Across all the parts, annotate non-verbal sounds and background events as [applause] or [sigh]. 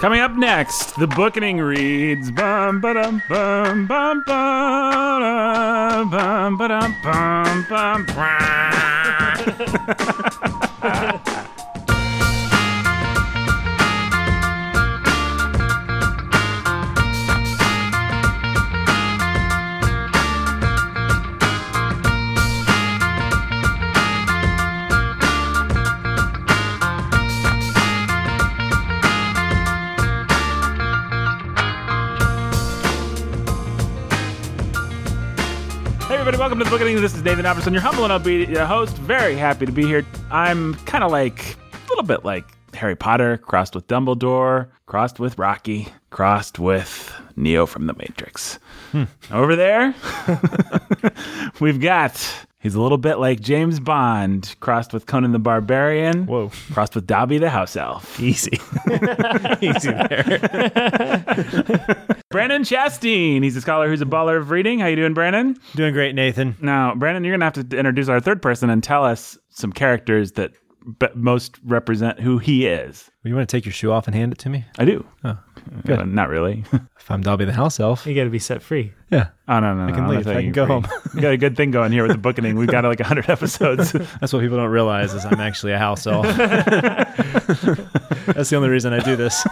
Coming up next, the bookening reads bum ba-dum, bum bum ba-dum, bum ba-dum, bum bum bum Hey everybody, welcome to the bookening. This is Nathan Albertson, your humble and upbeat uh, host. Very happy to be here. I'm kind of like a little bit like Harry Potter crossed with Dumbledore, crossed with Rocky, crossed with Neo from the Matrix. Over there, we've got he's a little bit like James Bond crossed with Conan the Barbarian. Whoa. [laughs] Crossed with Dobby the house elf. Easy. Easy there. Brandon Chasteen, he's a scholar who's a baller of reading. How you doing, Brandon? Doing great, Nathan. Now, Brandon, you're going to have to introduce our third person and tell us some characters that b- most represent who he is. You want to take your shoe off and hand it to me? I do. Uh, not really. [laughs] If I'm Dobby the house elf. You got to be set free. Yeah. Oh, no, no, no. I can leave. I can [laughs] go home. we got a good thing going here with the bookening. We've got like 100 episodes. That's what people don't realize is I'm actually a house [laughs] [laughs] elf. That's the only reason I do this.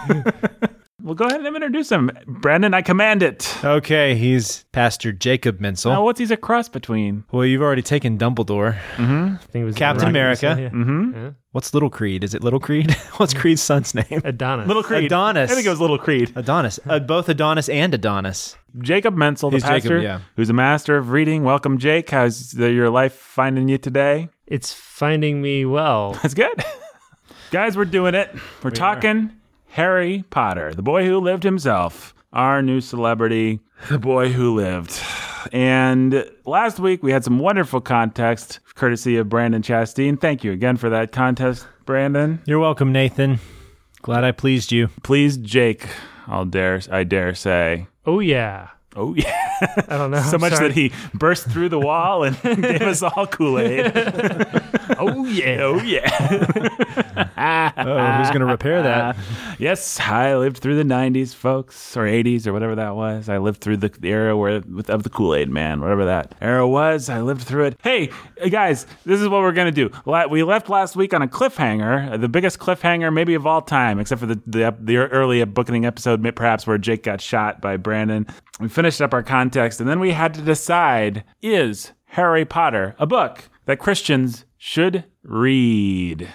well, go ahead and introduce him. Brandon, I command it. Oh. Okay, he's Pastor Jacob Now, Menzel. what's he's a cross between? Well, you've already taken Dumbledore. I think it was Captain America. Mm-hmm. What's Little Creed? Is it Little Creed? [laughs] What's Creed's son's name? Adonis. Little Mm. Creed. Adonis. I think it was Little Creed. Adonis. Uh, both Adonis and Adonis. Jacob Menzel, the He's Jacob, pastor, yeah. who's a master of reading. Welcome, Jake. How's the, your life finding you today? It's finding [laughs] me well. That's good. Guys, we're doing it. We're talking Harry Potter, the boy who lived himself, our new celebrity, the boy who lived. And last week we had some wonderful context courtesy of Brandon Chasteen. Thank you again for that contest, Brandon. You're welcome, Nathan. Glad I pleased you. Please, Jake, I'll dare I dare say. Oh yeah. Oh yeah. I don't know. so much that he burst through the wall and [laughs] gave us all Kool-Aid. [laughs] Oh yeah. Oh yeah. Oh, who's going to [laughs] repair that? Yes, I lived through the '90s, folks, or '80s, or whatever that was. I lived through the, the era where with, of the Kool Aid Man, whatever that era was. I lived through it. Hey, uh, guys, this is what we're gonna do. La- We left last week on a cliffhanger, uh, the biggest cliffhanger maybe of all time, except for the the, ep- the early booking episode, ma- perhaps where Jake got shot by Brandon. We finished up our context, and then we had to decide: is Harry Potter a book that Christians should read?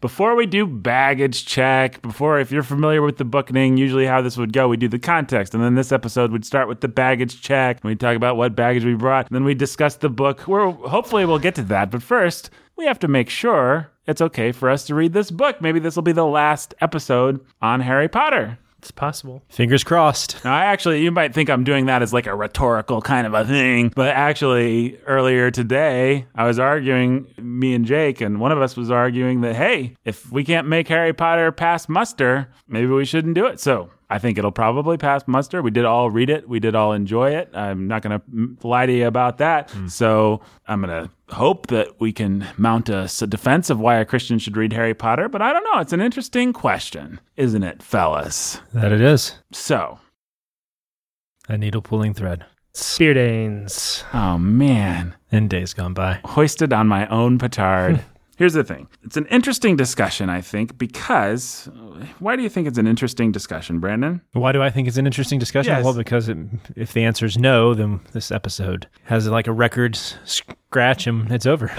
Before we do baggage check, before if you're familiar with the bookening, usually how this would go, we do the context, and then this episode would start with the baggage check. We talk about what baggage we brought, and then we discuss the book. We're hopefully we'll get to that, but first we have to make sure it's okay for us to read this book. Maybe this will be the last episode on Harry Potter. It's possible. Fingers crossed. Now, I actually, you might think I'm doing that as like a rhetorical kind of a thing, but actually, earlier today, I was arguing, me and Jake, and one of us was arguing that, hey, if we can't make Harry Potter pass muster, maybe we shouldn't do it. So I think it'll probably pass muster. We did all read it, we did all enjoy it. I'm not going to lie to you about that. So I'm going to hope that we can mount a s- defense of why a Christian should read Harry Potter, but I don't know. It's an interesting question, isn't it, fellas? That it is. So. A needle pulling thread. Speardanes. Oh man, And days gone by. hoisted on my own petard. Here's the thing. It's an interesting discussion, I think, because why do you think it's an interesting discussion, Brandon? Why do I think it's an interesting discussion? Yes. Well, because it, if the answer is no, then this episode has like a record s- scratch and [laughs] it's over.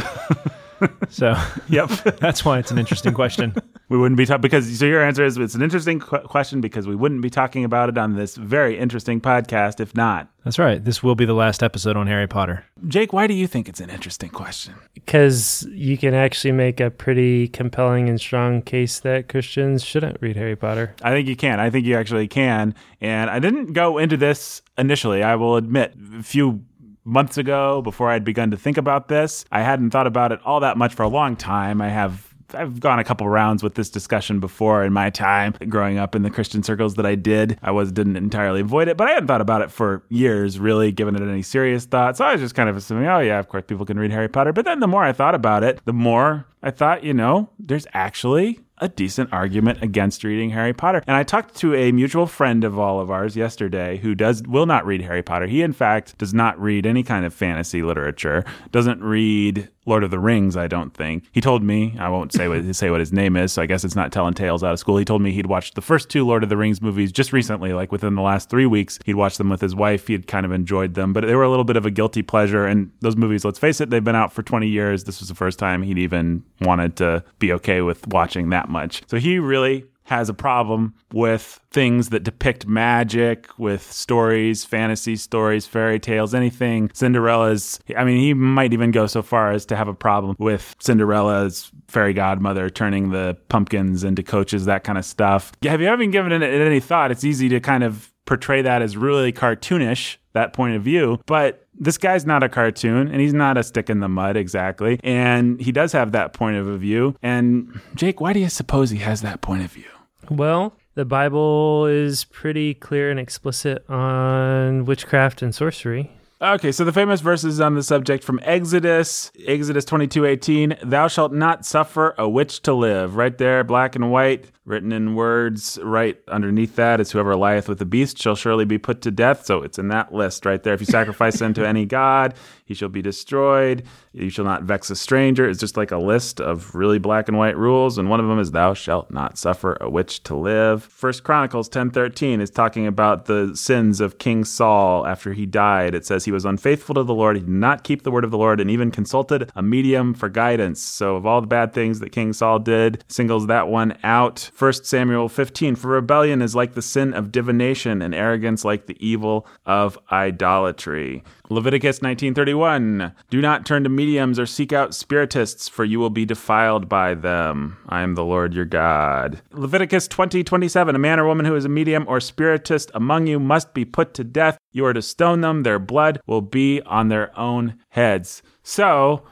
so Yep. that's why it's an interesting question. [laughs] we wouldn't be talking because so your answer is it's an interesting qu- question because we wouldn't be talking about it on this very interesting podcast if not. That's right. This will be the last episode on Harry Potter. Jake, why do you think it's an interesting question? Because you can actually make a pretty compelling and strong case that Christians shouldn't read Harry Potter. I think you can. I think you actually can. And I didn't go into this initially. I will admit, a few months ago, before I'd begun to think about this, I hadn't thought about it all that much for a long time. I have. I've gone a couple rounds with this discussion before in my time growing up in the Christian circles that I did. I was didn't entirely avoid it, but I hadn't thought about it for years, really, given it any serious thought. So I was just kind of assuming, oh yeah, of course people can read Harry Potter. But then the more I thought about it, the more I thought, you know, there's actually a decent argument against reading Harry Potter. And I talked to a mutual friend of all of ours yesterday who does will not read Harry Potter. He in fact does not read any kind of fantasy literature. Doesn't read Lord of the Rings, I don't think. He told me, I won't say what say what his name is, so I guess it's not telling tales out of school. He told me he'd watched the first two Lord of the Rings movies just recently, like within the last 3 weeks. He'd watched them with his wife. He'd kind of enjoyed them, but they were a little bit of a guilty pleasure and those movies, let's face it, they've been out for 20 years. This was the first time he'd even wanted to be okay with watching that much. So he really has a problem with things that depict magic, with stories, fantasy stories, fairy tales, anything. Cinderella's, I mean, he might even go so far as to have a problem with Cinderella's fairy godmother turning the pumpkins into coaches, that kind of stuff. Yeah, Have you ever been given it it any thought? It's easy to kind of portray that as really cartoonish, that point of view, but this guy's not a cartoon and he's not a stick in the mud exactly. And he does have that point of view. And Jake, why do you suppose he has that point of view? Well, the Bible is pretty clear and explicit on witchcraft and sorcery. Okay, so the famous verses on the subject from Exodus, Exodus 22:18, "Thou shalt not suffer a witch to live." Right there, black and white, written in words. Right underneath that is whoever lieth with the beast shall surely be put to death. So it's in that list right there. If you sacrifice unto any god, he shall be destroyed. You shall not vex a stranger. It's just like a list of really black and white rules, and one of them is thou shalt not suffer a witch to live. First Chronicles 10:13 is talking about the sins of King Saul after he died. It says he was unfaithful to the Lord, he did not keep the word of the Lord, and even consulted a medium for guidance. So of all the bad things that King Saul did, singles that one out. First Samuel 15 for rebellion is like the sin of divination and arrogance like the evil of idolatry. Leviticus 19:31 Do not turn to mediums or seek out spiritists for you will be defiled by them. I am the Lord your God. Leviticus 20:27 A man or woman who is a medium or spiritist among you must be put to death. You are to stone them. Their blood will be on their own heads. So,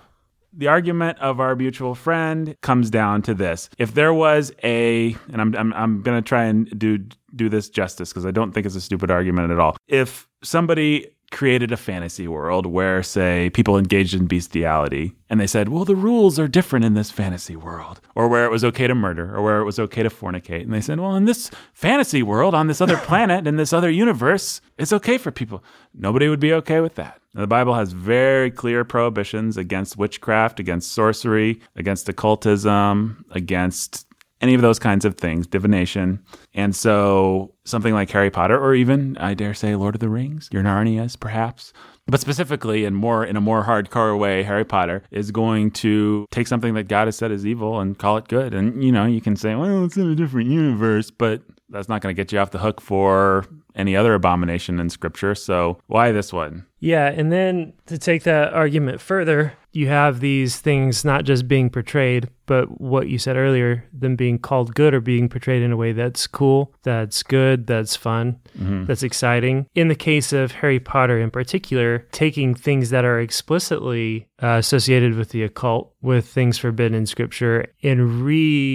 the argument of our mutual friend comes down to this. If there was a, and I'm, I'm, I'm going to try and do, do this justice because I don't think it's a stupid argument at all. If somebody created a fantasy world where, say, people engaged in bestiality and they said, well, the rules are different in this fantasy world, or where it was okay to murder, or where it was okay to fornicate. And they said, well, in this fantasy world, on this other planet, in this other universe, it's okay for people. Nobody would be okay with that. Now, The Bible has very clear prohibitions against witchcraft, against sorcery, against occultism, against any of those kinds of things, divination. And so something like Harry Potter, or even, I dare say, Lord of the Rings, your Narnias, perhaps. But specifically and more in a more hardcore way, Harry Potter is going to take something that God has said is evil and call it good. And you know, you can say, well, it's in a different universe, but that's not going to get you off the hook for any other abomination in scripture. So why this one? Yeah, and then to take that argument further, you have these things not just being portrayed, but what you said earlier, them being called good or being portrayed in a way that's cool, that's good, that's fun, that's exciting. In the case of Harry Potter in particular, taking things that are explicitly uh, associated with the occult, with things forbidden in scripture, and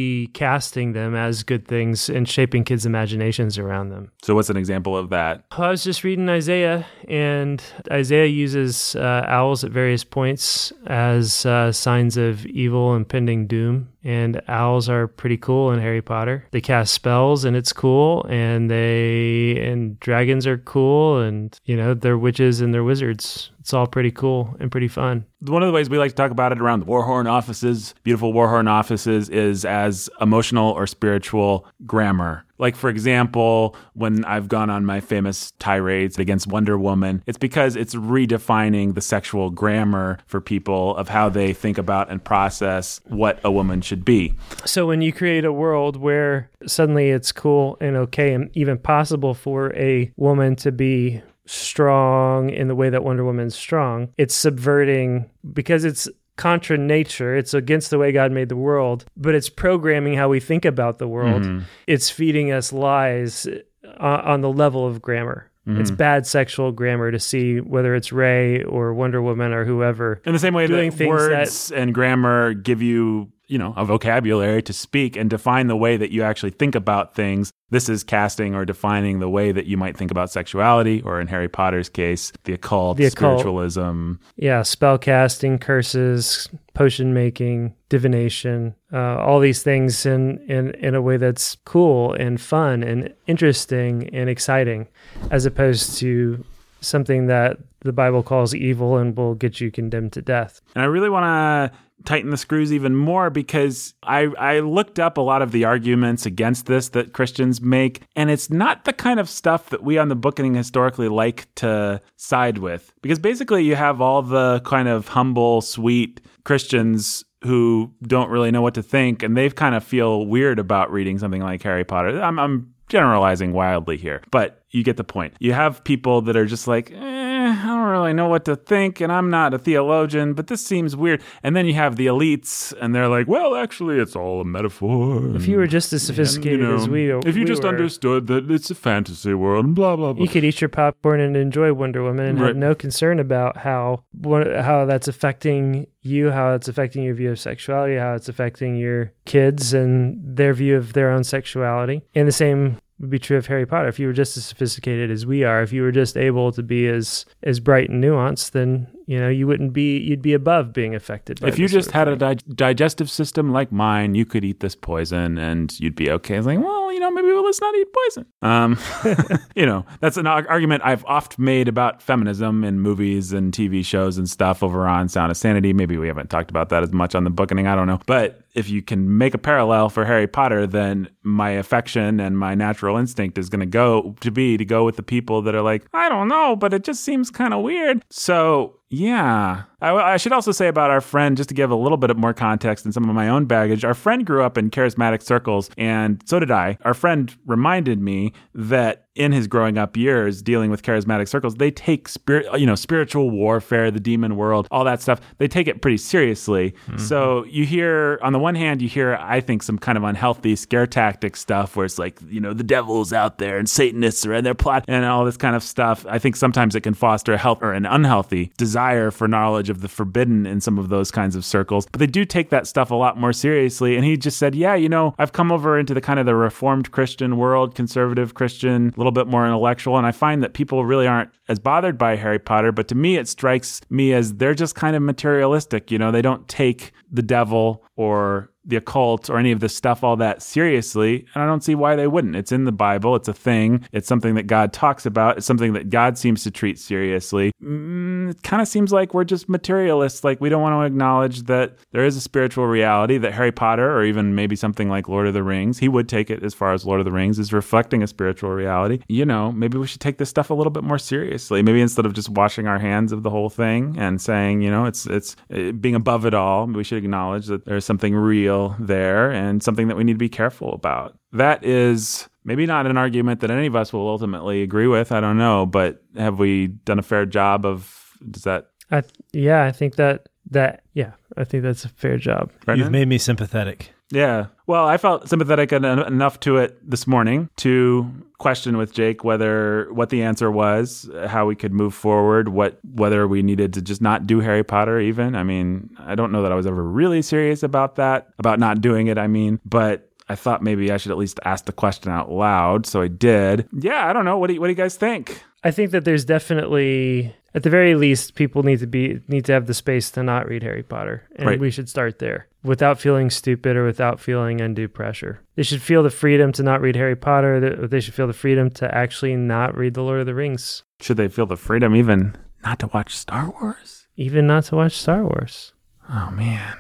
recasting them as good things and shaping kids' imaginations around them. So what's an example of that? I was just reading Isaiah, and Isaiah uses uh, owls at various points as uh, signs of evil and pending doom. And owls are pretty cool in Harry Potter. They cast spells, and it's cool. And they and dragons are cool, and you know they're witches and they're wizards. It's all pretty cool and pretty fun. one of the ways we like to talk about it around the Warhorn offices, beautiful Warhorn offices, is as emotional or spiritual grammar. Like, for example, when I've gone on my famous tirades against Wonder Woman, it's because it's redefining the sexual grammar for people of how they think about and process what a woman should be. So when you create a world where suddenly it's cool and okay and even possible for a woman to be strong in the way that Wonder Woman's strong, it's subverting because it's contra nature, it's against the way God made the world, but it's programming how we think about the world. It's feeding us lies uh, on the level of grammar. It's bad sexual grammar to see whether it's Ray or Wonder Woman or whoever In the same way Doing that things words and grammar give you you know, a vocabulary to speak and define the way that you actually think about things. This is casting or defining the way that you might think about sexuality, or in Harry Potter's case, the occult, The occult. spiritualism. Yeah, spell casting, curses, potion making, divination, uh, all these things in, in, in a way that's cool and fun and interesting and exciting, as opposed to something that the Bible calls evil and will get you condemned to death. And I really want to tighten the screws even more because I, I looked up a lot of the arguments against this that Christians make, and it's not the kind of stuff that we on the bookening historically like to side with. Because basically, you have all the kind of humble, sweet Christians who don't really know what to think, and they kind of feel weird about reading something like Harry Potter. I'm, I'm generalizing wildly here, but you get the point. You have people that are just like, eh, I don't really know what to think, and I'm not a theologian, but this seems weird. And then you have the elites, and they're like, well, actually, it's all a metaphor. If you were just Mm. as sophisticated as we, if you we just were, understood that it's a fantasy world and blah blah blah. you could eat your popcorn and enjoy Wonder Woman and Right. have no concern about how what, how that's affecting you, how it's affecting your view of sexuality, how it's affecting your kids and their view of their own sexuality. And the same would be true of Harry Potter. If you were just as sophisticated as we are, if you were just able to be as as bright and nuanced, then you know you wouldn't be you'd be above being affected. By if you this just sort had of a dig- digestive system like mine, you could eat this poison and you'd be okay. It's like, well, you know, maybe well, let's not eat poison. Um, [laughs] you know, that's an ar- argument I've oft made about feminism in movies and TV shows and stuff over on Sound of Sanity. Maybe we haven't talked about that as much on the bookening. I don't know. But if you can make a parallel for Harry Potter, then my affection and my natural instinct is going to go to be to go with the people that are like, I don't know, but it just seems kind of weird. So yeah. I, I should also say about our friend, just to give a little bit more context and some of my own baggage, our friend grew up in charismatic circles, and so did I. Our friend reminded me that in his growing up years, dealing with charismatic circles, they take spirit, you know, spiritual warfare, the demon world, all that stuff. They take it pretty seriously. So you hear, on the one hand, you hear, I think, some kind of unhealthy scare tactic stuff where it's like, you know, the devil's out there and Satanists are in their plot and all this kind of stuff. I think sometimes it can foster a health or an unhealthy desire for knowledge of the forbidden in some of those kinds of circles. But they do take that stuff a lot more seriously. And he just said, Yeah, you know, I've come over into the kind of the reformed Christian world, conservative Christian, a little bit more intellectual. And I find that people really aren't as bothered by Harry Potter. But to me, it strikes me as they're just kind of materialistic. You know, they don't take the devil or the occult or any of this stuff all that seriously. And I don't see why they wouldn't. It's in the Bible, it's a thing, it's something that God talks about, it's something that God seems to treat seriously. Mm, it kind of seems like we're just materialists. Like we don't want to acknowledge that there is a spiritual reality that Harry Potter or even maybe something like Lord of the Rings, he would take it as far as Lord of the Rings is reflecting a spiritual reality. You know, maybe we should take this stuff a little bit more seriously. Maybe instead of just washing our hands of the whole thing and saying, you know, it's it's uh, being above it all, we should acknowledge that there's something real there and something that we need to be careful about. That is maybe not an argument that any of us will ultimately agree with. I don't know, but have we done a fair job of does that I th- yeah, I think that that yeah, I think that's a fair job. You've Brendan? made me sympathetic. Yeah. Well, I felt sympathetic en- enough to it this morning to question with Jake whether what the answer was, how we could move forward, what whether we needed to just not do Harry Potter even. I mean, I don't know that I was ever really serious about that, about not doing it, I mean, but I thought maybe I should at least ask the question out loud, so I did. Yeah, I don't know. What do you, what do you guys think? I think that there's definitely at the very least people need to be need to have the space to not read Harry Potter and Right. we should start there without feeling stupid or without feeling undue pressure. They should feel the freedom to not read Harry Potter, th- they should feel the freedom to actually not read The Lord of the Rings, Should they feel the freedom even not to watch Star Wars? even not to watch Star Wars. Oh man.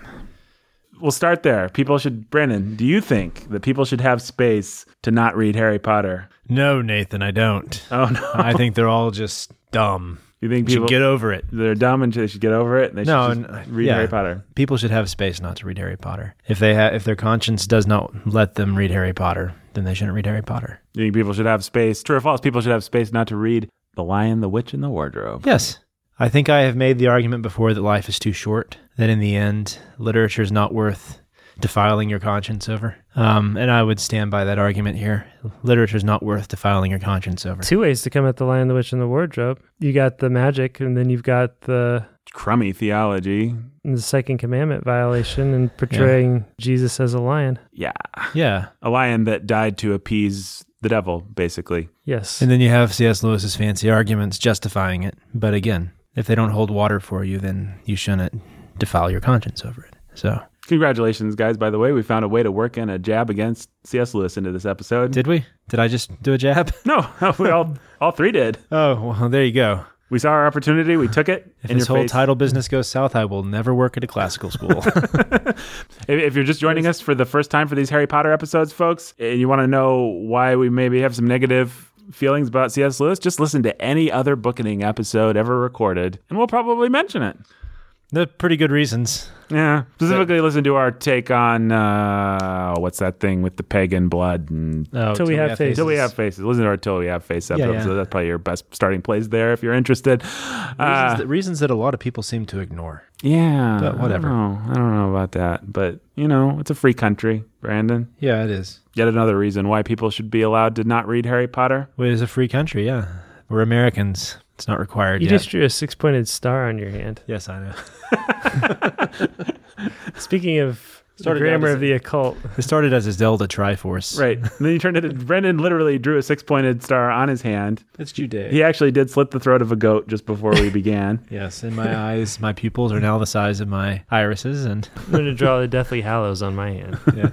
We'll start there. People should Brennan, do you think that people should have space to not read Harry Potter? [laughs] No, Nathan, I don't. Oh no. I think they're all just dumb. You think You people should get over it. they're dumb and they should get over it and they should No, just and- read yeah. Harry Potter. People should have space not to read Harry Potter. If they ha- if their conscience does not let them read Harry Potter, then they shouldn't read Harry Potter. You think people should have space? True or false, people should have space not to read The Lion, the Witch, and the Wardrobe. Yes. I think I have made the argument before that life is too short, that in the end, literature is not worth defiling your conscience over. Um, and I would stand by that argument here. Literature is not worth defiling your [laughs] conscience over. Two ways to come at the Lion, the Witch and the Wardrobe. You got the magic and then you've got the crummy theology. And the second commandment violation and portraying Jesus as a lion. Yeah. Yeah. A lion that died to appease the devil, basically. Yes. And then you have C.S. Lewis's fancy arguments justifying it. But again, if they don't hold water for you, then you shouldn't defile your conscience over it. So, Congratulations, guys. By the way, we found a way to work in a jab against C.S. Lewis into this episode. did we? Did I just do a jab? no, [laughs] we all, all three did. [laughs] Oh, well, there you go. We saw our opportunity. We took it. If in this your whole face. title business goes south, I will never work at a classical [laughs] school. If, if you're just joining us for the first time for these Harry Potter episodes, folks, and you want to know why we maybe have some negative feelings about C.S. Lewis, just listen to any other bookending episode ever recorded, and we'll probably mention it. They're pretty good reasons. Yeah. Specifically, listen to our take on uh, what's that thing with the pagan blood and. Oh, Till we have faith. Till we have faces. Listen to our Till We Have Face episode. Yeah, yeah. That's probably your best starting place there if you're interested. Uh, reasons, that, reasons that a lot of people seem to ignore. yeah. But whatever. I don't, know. I don't know about that. But, you know, it's a free country, Brandon. Yeah, it is. Yet another reason why people should be allowed to not read Harry [laughs] Potter. It is a free country. Yeah, we're Americans. It's not required you yet. just drew a six pointed star on your hand. yes, I know. [laughs] Speaking of the Started grammar out as of the occult, It started as a Zelda Triforce. Right. and then you turned it. Brandon literally drew a six pointed star on his hand. It's Judaic. He actually did slit the throat of a goat just before [laughs] we began. Yes, in [laughs] my eyes, my pupils are now the size of my irises, and I'm going to draw the Deathly Hallows on my hand. yeah.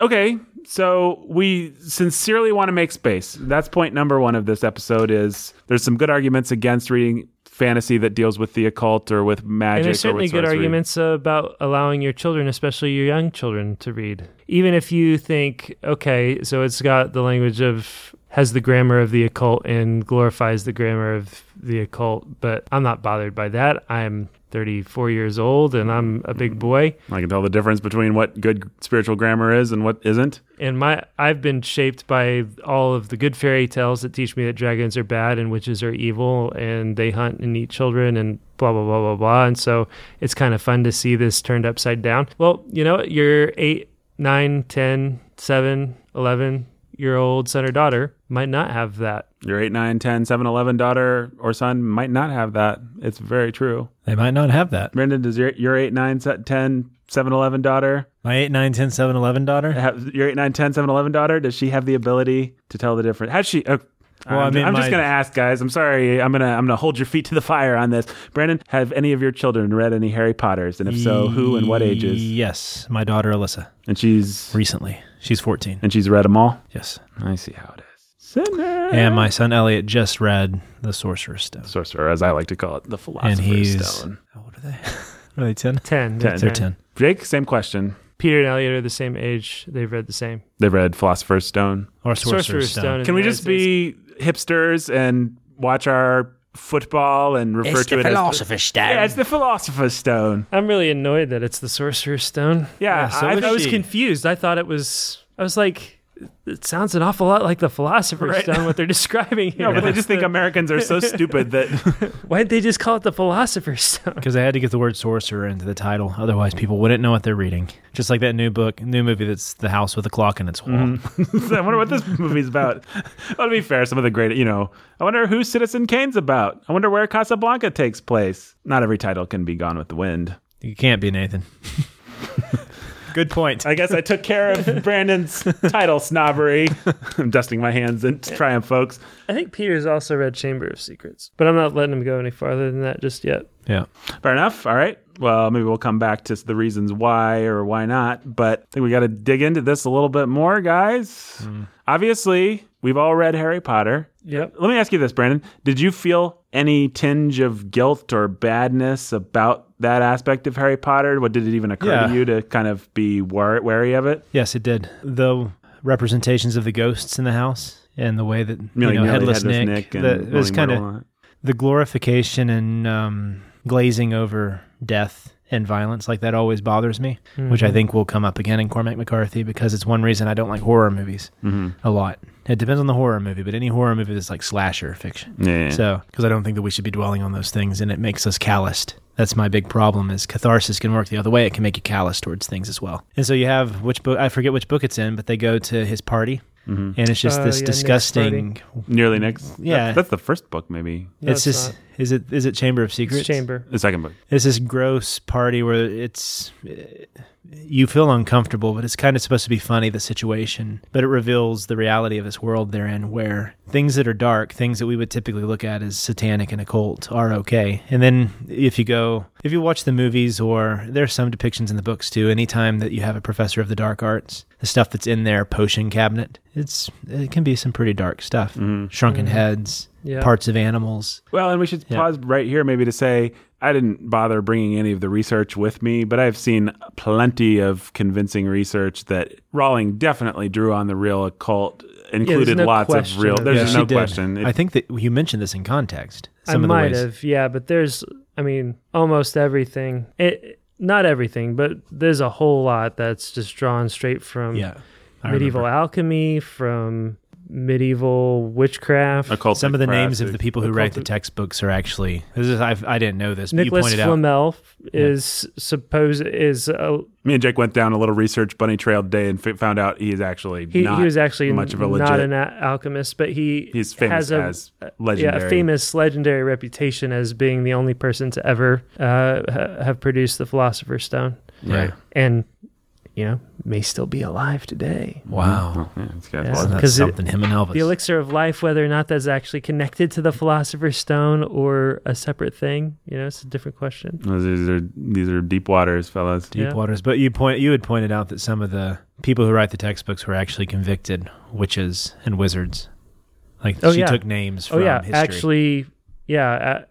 okay so we sincerely want to make space that's point number one of this episode is there's some good arguments against reading fantasy that deals with the occult or with magic And there's or with certainly good sorcery. arguments about allowing your children, especially your young children, to read. Even if you think, okay, so it's got the language of has the grammar of the occult and glorifies the grammar of the occult, but I'm not bothered by that. I'm 34 years old and I'm a big boy. i can tell the difference between what good spiritual grammar is and what isn't and my I've been shaped by all of the good fairy tales that teach me that dragons are bad and witches are evil and they hunt and eat children and blah blah blah blah blah. And so it's kind of fun to see this turned upside down. Well, you know, your eight, nine, ten, seven, eleven year old son or daughter might not have that. your 8 9 10 7 11 daughter or son might not have that it's very true they might not have that. brendan does your, your 8 9 se- 10 7 11 daughter My 8, 9, 10, 7, 11 daughter? have your 8 9 10 7 11 daughter does she have the ability to tell the difference has she uh, I'm, Well, I mean, am just my- gonna ask, guys. I'm sorry. I'm gonna I'm gonna hold your feet to the fire on this. Brandon, have any of your children read any Harry Potter's, and if so, who and what ages? Yes, my daughter Alyssa, And she's recently. She's 14. and she's read them all. Yes. I see how it is. Sinner. Oh, And my son Elliot just read The Sorcerer's Stone. sorcerer, as I like to call it, the And philosopher's he's. stone. How old are they? [laughs] are they 10? Ten. Ten. They're 10. Jake, same question. Peter and Elliot are the same age. They've read the same. They read philosopher's stone. Or Sorcerer's, Sorcerer's Stone. Stone. Can we just be hipsters and watch our football and refer to it as? Stone. Yeah, it's the philosopher's stone. I'm really annoyed that it's the Sorcerer's Stone. Yeah, so I, is I I was she? confused. I thought it was. I was like, it sounds an awful lot like the Philosopher's Right. Stone. What they're [laughs] describing here. No, but they just think [laughs] Americans are [laughs] so stupid that [laughs] Why did they just call it the Philosopher's Stone? Because I had to get the word sorcerer into the title. Otherwise, people wouldn't know what they're reading. Just like that new book, new movie that's The House with a Clock in its Wall. I wonder what this movie's about. well, to be fair, some of the great, you know, I wonder who Citizen Kane's about. I wonder where Casablanca takes place. Not every title can be Gone with the Wind. You can't be Nathan. [laughs] Good point. I guess I took care of [laughs] Brandon's title snobbery. [laughs] I'm dusting my hands in triumph, folks. I think Peter's also read Chamber of Secrets, but I'm not letting him go any farther than that just yet. Yeah. Fair enough. All right. Well, maybe we'll come back to the reasons why or why not, but I think we got to dig into this a little bit more, guys. Mm-hmm. Obviously, we've all read Harry Potter. Yep. Let me ask you this, Brandon. Did you feel any tinge of guilt or badness about that aspect of Harry Potter? What did it even occur Yeah. to you to kind of be wary, wary of it? Yes, it did. The representations of the ghosts in the house and the way that you Millie know, Nelly, headless, Nick, and the, it was Willy kind of Myrtle. the glorification and um, glazing over death and violence like that always bothers me, which I think will come up again in Cormac McCarthy because it's one reason I don't like horror movies a lot. It depends on the horror movie, but any horror movie that's like slasher fiction. Yeah, yeah. So, because I don't think that we should be dwelling on those things, and it makes us calloused. That's my big problem. Is catharsis can work the other way; it can make you callous towards things as well. And so you have which book? I forget which book it's in, but they go to his party, and it's just Oh, this yeah, Nick's disgusting nearly next. Yeah. that's, that's the first book, maybe. No, it's it's just not. Is it is it Chamber of Secrets? It's chamber. The second book. It's this gross party where it's eh, you feel uncomfortable, but it's kind of supposed to be funny the situation, but it reveals the reality of this world they're in, where things that are dark, things that we would typically look at as satanic and occult, are okay. And then if you go, if you watch the movies, or there's some depictions in the books too, anytime that you have a professor of the dark arts, the stuff that's in their potion cabinet, it's it can be some pretty dark stuff, shrunken heads. Yeah. Parts of animals. Well, and we should Yeah. pause right here maybe to say I didn't bother bringing any of the research with me, but I've seen plenty of convincing research that Rawling definitely drew on the real occult, included no lots of question real. of There's that. She no did. question. It- I think that you mentioned this in context. I Some of the might ways. have, yeah, but there's, I mean, almost everything. It not everything, but there's a whole lot that's just drawn straight from Yeah. I medieval remember. alchemy, from medieval witchcraft. occult Some of the names classics. of the people who write the textbooks are actually. This is I've, I didn't know this, but Nicholas you pointed out. Flamel is suppose is uh, Me and Jake went down a little research bunny trail day and f- found out he is actually he, not he was actually much of a legit. not an a- alchemist, but he he's famous has a, uh, as yeah, legendary. a famous legendary reputation as being the only person to ever uh, ha- have produced the Philosopher's Stone, Right. and you know may still be alive today. Wow. Oh, yeah, it's got Yeah. lots. That's 'Cause it- something. him and Elvis. The elixir of life, whether or not that's actually connected to the Philosopher's Stone or a separate thing, you know, it's a different question. These are these are deep waters, fellas. Deep yeah. waters, but you point you had pointed out that some of the people who write the textbooks were actually convicted witches and wizards. Like Oh, she yeah. took names Oh from yeah, history. actually, yeah, uh,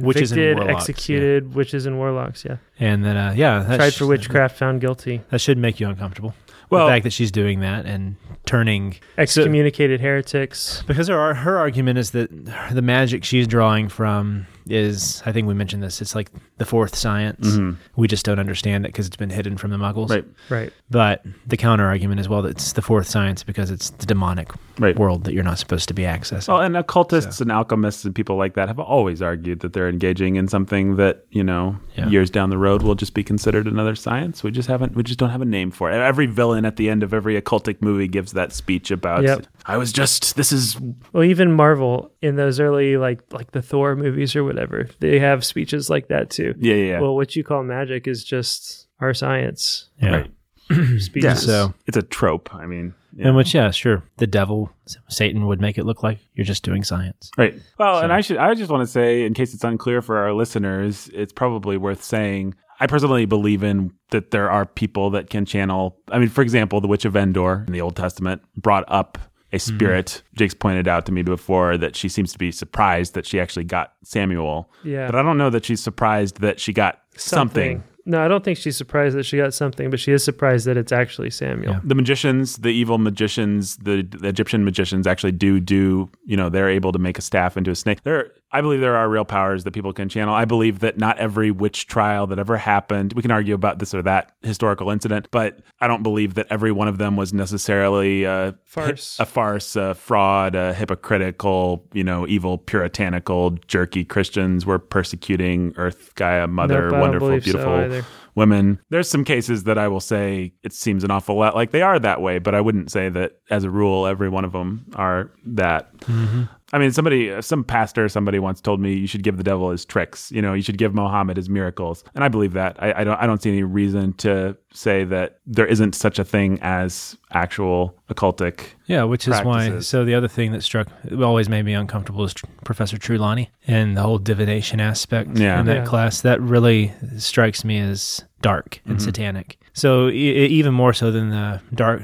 Witches and convicted, warlocks, executed, witches and warlocks. Yeah, and then uh, yeah, that tried sh- for witchcraft, found guilty, That should make you uncomfortable. Well- the fact that she's doing that and turning excommunicated heretics. Because her her argument is that the magic she's drawing from is, I think we mentioned this. It's like the fourth science. We just don't understand it because it's been hidden from the Muggles. Mm-hmm. Right. Right. But the counter argument is well, that it's the fourth science because it's the demonic Right. world that you're not supposed to be accessing. Well, Oh, and occultists and alchemists and people like that have always argued that they're engaging in something that you know Yeah. years down the road will just be considered another science. We just haven't. We just don't have a name for it. E-, Every villain at the end of every occultic movie gives that speech about. Yep. I was just. This is. Well, even Marvel in those early like like the Thor movies or whatever, they have speeches like that too. Yeah, yeah. yeah. Well, what you call magic is just our science yeah. right. speeches. Yeah. So- It's a trope. I mean. yeah. In which, yeah, sure, the devil, Satan would make it look like you're just doing science. Right. Well, and I should I just want to say in case it's unclear for our listeners, it's probably worth saying I personally believe in that there are people that can channel. I mean, for example, the witch of Endor in the Old Testament brought up a spirit. Jake's pointed out to me before that she seems to be surprised that she actually got Samuel. Yeah. But I don't know that she's surprised that she got something. No, I don't think she's surprised that she got something, but she is surprised that it's actually Samuel. Yeah. the magicians, the evil magicians, the, the Egyptian magicians actually do do you know they're able to make a staff into a snake. There, I believe there are real powers that people can channel. I believe that not every witch trial that ever happened, we can argue about this or that historical incident, but I don't believe that every one of them was necessarily a Farce. a farce, a fraud, a hypocritical, you know, evil, puritanical, jerky Christians were persecuting Earth Gaia Mother, Nope, I don't wonderful, believe so beautiful either. women. There's some cases that I will say it seems an awful lot like they are that way, but I wouldn't say that as a rule every one of them are that. Mm-hmm. I mean, somebody, some pastor, somebody once told me you should give the devil his tricks. You know, you should give Mohammed his miracles, and I believe that. I, I don't, I don't see any reason to say that there isn't such a thing as actual occultic. Yeah, which is why. practices. So the other thing that struck always made me uncomfortable is Tr- Professor Trulani and the whole divination aspect Yeah. in that Yeah. class. That really strikes me as dark and Mm-hmm. satanic. So e- e- even more so than the dark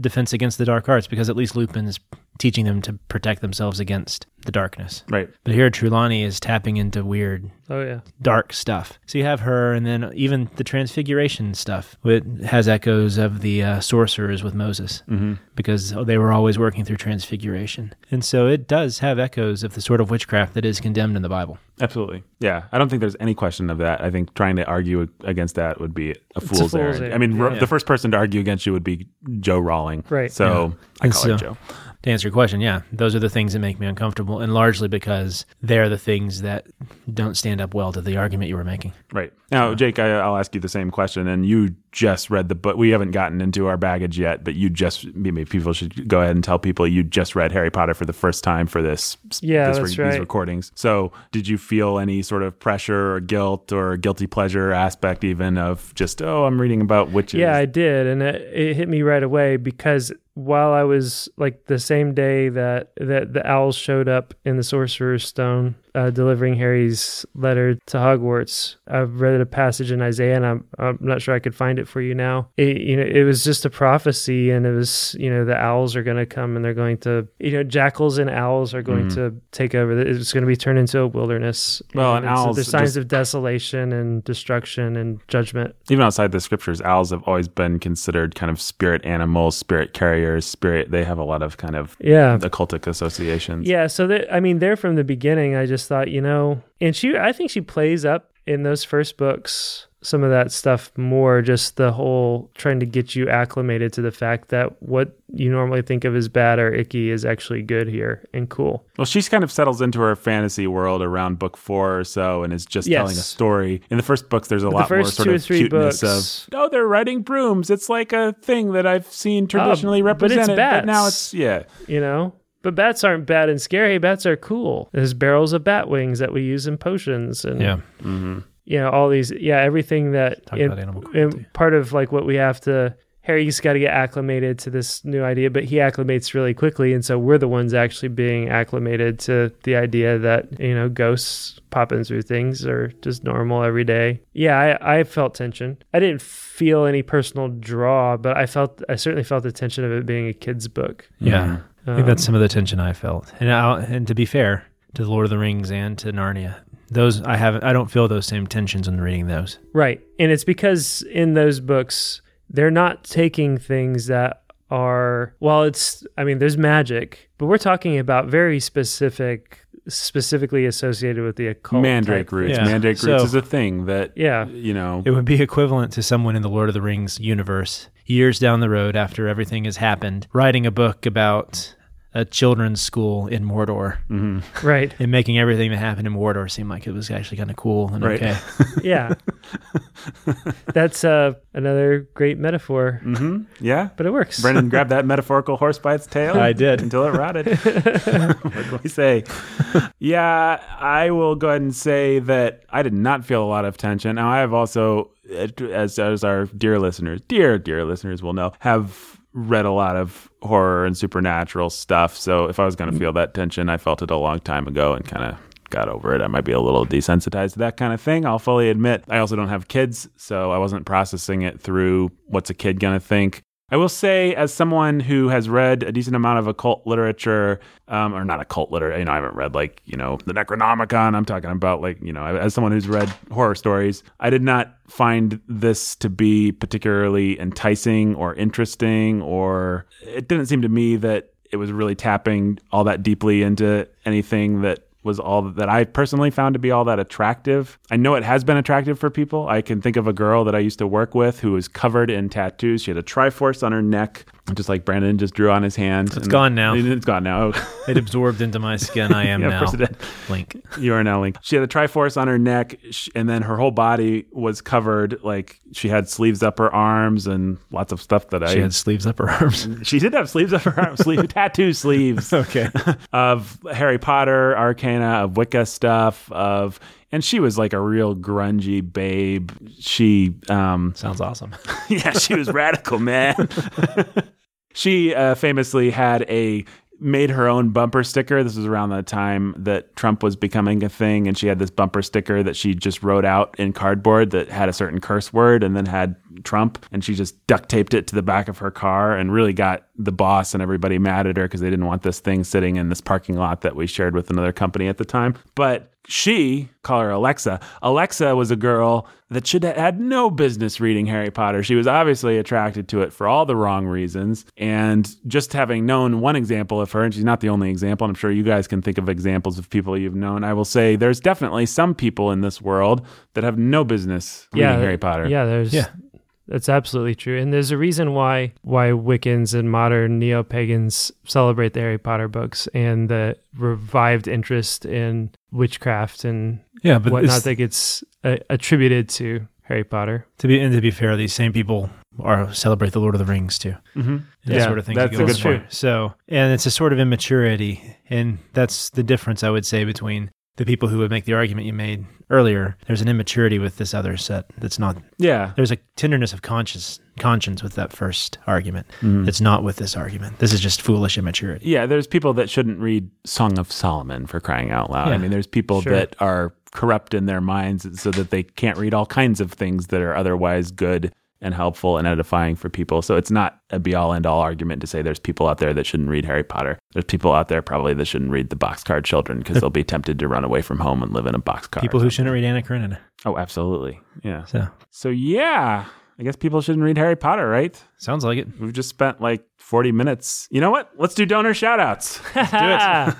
defense against the dark arts, because at least Lupin is teaching them to protect themselves against the darkness. Right. But here Trulani is tapping into weird Oh yeah. dark stuff. So you have her, and then even the transfiguration stuff. It has echoes of the uh, sorcerers with Moses because oh, they were always working through transfiguration. And so it does have echoes of the sort of witchcraft that is condemned in the Bible. Absolutely. Yeah. I don't think there's any question of that. I think trying to argue against that would be a fool's, fool's errand. errand, I mean, r- yeah. the first person to argue against you would be Joe Rawling. Right. So I And call so- her Joe. to answer your question, yeah, those are the things that make me uncomfortable, and largely because they're the things that don't stand up well to the argument you were making. Right. Now, Jake, I, I'll ask you the same question. And you just read the book. We haven't gotten into our baggage yet, but you just, maybe people should go ahead and tell people you just read Harry Potter for the first time for this, Yeah, this that's these right. recordings. So, did you feel any sort of pressure or guilt or guilty pleasure aspect, even of just, oh, I'm reading about witches? Yeah, I did, and it, it hit me right away because while I was like the same day that that the owls showed up in the Sorcerer's Stone, uh, delivering Harry's letter to Hogwarts, I read a passage in Isaiah, and I'm I'm not sure I could find it for you now. It, you know, it was just a prophecy, and it was you know the owls are going to come, and they're going to you know jackals and owls are going to take over. It's going to be turned into a wilderness. Mm-hmm. Well, and it's- owls there's signs just- of desolation and destruction and judgment. even outside the scriptures, owls have always been considered kind of spirit animals, spirit carriers, spirit. They have a lot of kind of Yeah, occultic associations. Yeah, so that I mean, there from the beginning, I just thought, you know, and she, I think she plays up in those first books some of that stuff more. Just the whole trying to get you acclimated to the fact that what you normally think of as bad or icky is actually good here and cool. Well, she's kind of settles into her fantasy world around book four or so, and is just Yes. telling a story. In the first books, there's a lot more first sort two or of three cuteness books- of oh, they're riding brooms. It's like a thing that I've seen traditionally Oh, but it's represented, now bats. it's yeah. you know? But bats aren't bad and scary. Bats are cool. There's barrels of bat wings that we use in potions and, Yeah. you know, all these, yeah, everything that Talk in- about animal cruelty. and part of like what we have to Harry's got to get acclimated to this new idea, but he acclimates really quickly, and so we're the ones actually being acclimated to the idea that you know ghosts popping through things are just normal every day. Yeah, I, I felt tension. I didn't feel any personal draw, but I felt I certainly felt the tension of it being a kid's book. Yeah. I Um, think that's some of the tension I felt. And I, and to be fair to The Lord of the Rings and to Narnia, those I haven't I don't feel those same tensions when reading those. Right. And it's because in those books, they're not taking things that are, well, it's, I mean, there's magic, but we're talking about very specific, specifically associated with the occult. Mandrake type- roots. Yeah. Mandrake So- roots is a thing that Yeah. you know. It would be equivalent to someone in the Lord of the Rings universe, years down the road after everything has happened, writing a book about a children's school in Mordor Right. and making everything that happened in Mordor seem like it was actually kind of cool and Right. [laughs] okay. Yeah. That's uh, another great metaphor, hmm Yeah. but it works. Brendan grabbed that metaphorical horse by its tail. I did. Until it [laughs] rotted. what can we say? Yeah, I will go ahead and say that I did not feel a lot of tension. Now, I have also, as, as our dear listeners, dear, dear listeners will know, have read a lot of horror and supernatural stuff. So if I was going Mm. to feel that tension, I felt it a long time ago and kind of got over it. I might be a little desensitized to that kind of thing. I'll fully admit. I also don't have kids, so I wasn't processing it through what's a kid going to think. I will say, as someone who has read a decent amount of occult literature, um, or not occult literature, you know, I haven't read like, you know, the Necronomicon. I'm talking about like, you know, as someone who's read horror stories, I did not find this to be particularly enticing or interesting, or it didn't seem to me that it was really tapping all that deeply into anything that was all that I personally found to be all that attractive. I know it has been attractive for people. I can think of a girl that I used to work with who was covered in tattoos. She had a Triforce on her neck, just like Brandon just drew on his hand. It's gone now. It's gone now. [laughs] it absorbed into my skin. I am Yeah, of now. course it did. Link. you are now Link. She had a Triforce on her neck, sh- and then her whole body was covered. Like she had sleeves up her arms and lots of stuff that She I had sleeves up her arms. she did have sleeves of her arms, sleeve tattoo sleeves. Okay. [laughs] of Harry Potter, Arcana, of Wicca stuff, of and she was like a real grungy babe. She um Sounds awesome. [laughs] yeah, she was radical, man. [laughs] she uh, famously had a made her own bumper sticker. This was around the time that Trump was becoming a thing, and she had this bumper sticker that she just wrote out in cardboard that had a certain curse word and then had Trump, and she just duct taped it to the back of her car and really got the boss and everybody mad at her because they didn't want this thing sitting in this parking lot that we shared with another company at the time. But she, call her Alexa. Alexa was a girl that should have had no business reading Harry Potter. She was obviously attracted to it for all the wrong reasons. And just having known one example of her, and she's not the only example, and I'm sure you guys can think of examples of people you've known. I will say there's definitely some people in this world that have no business reading yeah. Harry Potter. Yeah. There's, Yeah. That's absolutely true. And there's a reason why why Wiccans and modern neo pagans celebrate the Harry Potter books and the revived interest in witchcraft and Yeah, but whatnot it's- that gets uh, attributed to Harry Potter. to be and to be fair, these same people are celebrate the Lord of the Rings too. Mm-hmm. and that Yeah, sort of thing. that's goes a good on. point. So, and it's a sort of immaturity, and that's the difference I would say between the people who would make the argument you made earlier. There's an immaturity with this other set that's not. Yeah. There's a tenderness of conscience conscience with that first argument. That's not with this argument. This is just foolish immaturity. Yeah, there's people that shouldn't read Song of Solomon for crying out loud. I Yeah. mean, there's people Sure. that are corrupt in their minds so that they can't read all kinds of things that are otherwise good and helpful and edifying for people. So it's not a be all end all argument to say there's people out there that shouldn't read Harry Potter. There's people out there probably that shouldn't read The Boxcar Children because they'll be tempted to run away from home and live in a boxcar. People who shouldn't read Anna Karenina. Oh, absolutely. Yeah. So, So yeah, I guess people shouldn't read Harry Potter, right? sounds like it. We've just spent like 40 minutes. You know what? Let's do donor shout outs. Let's do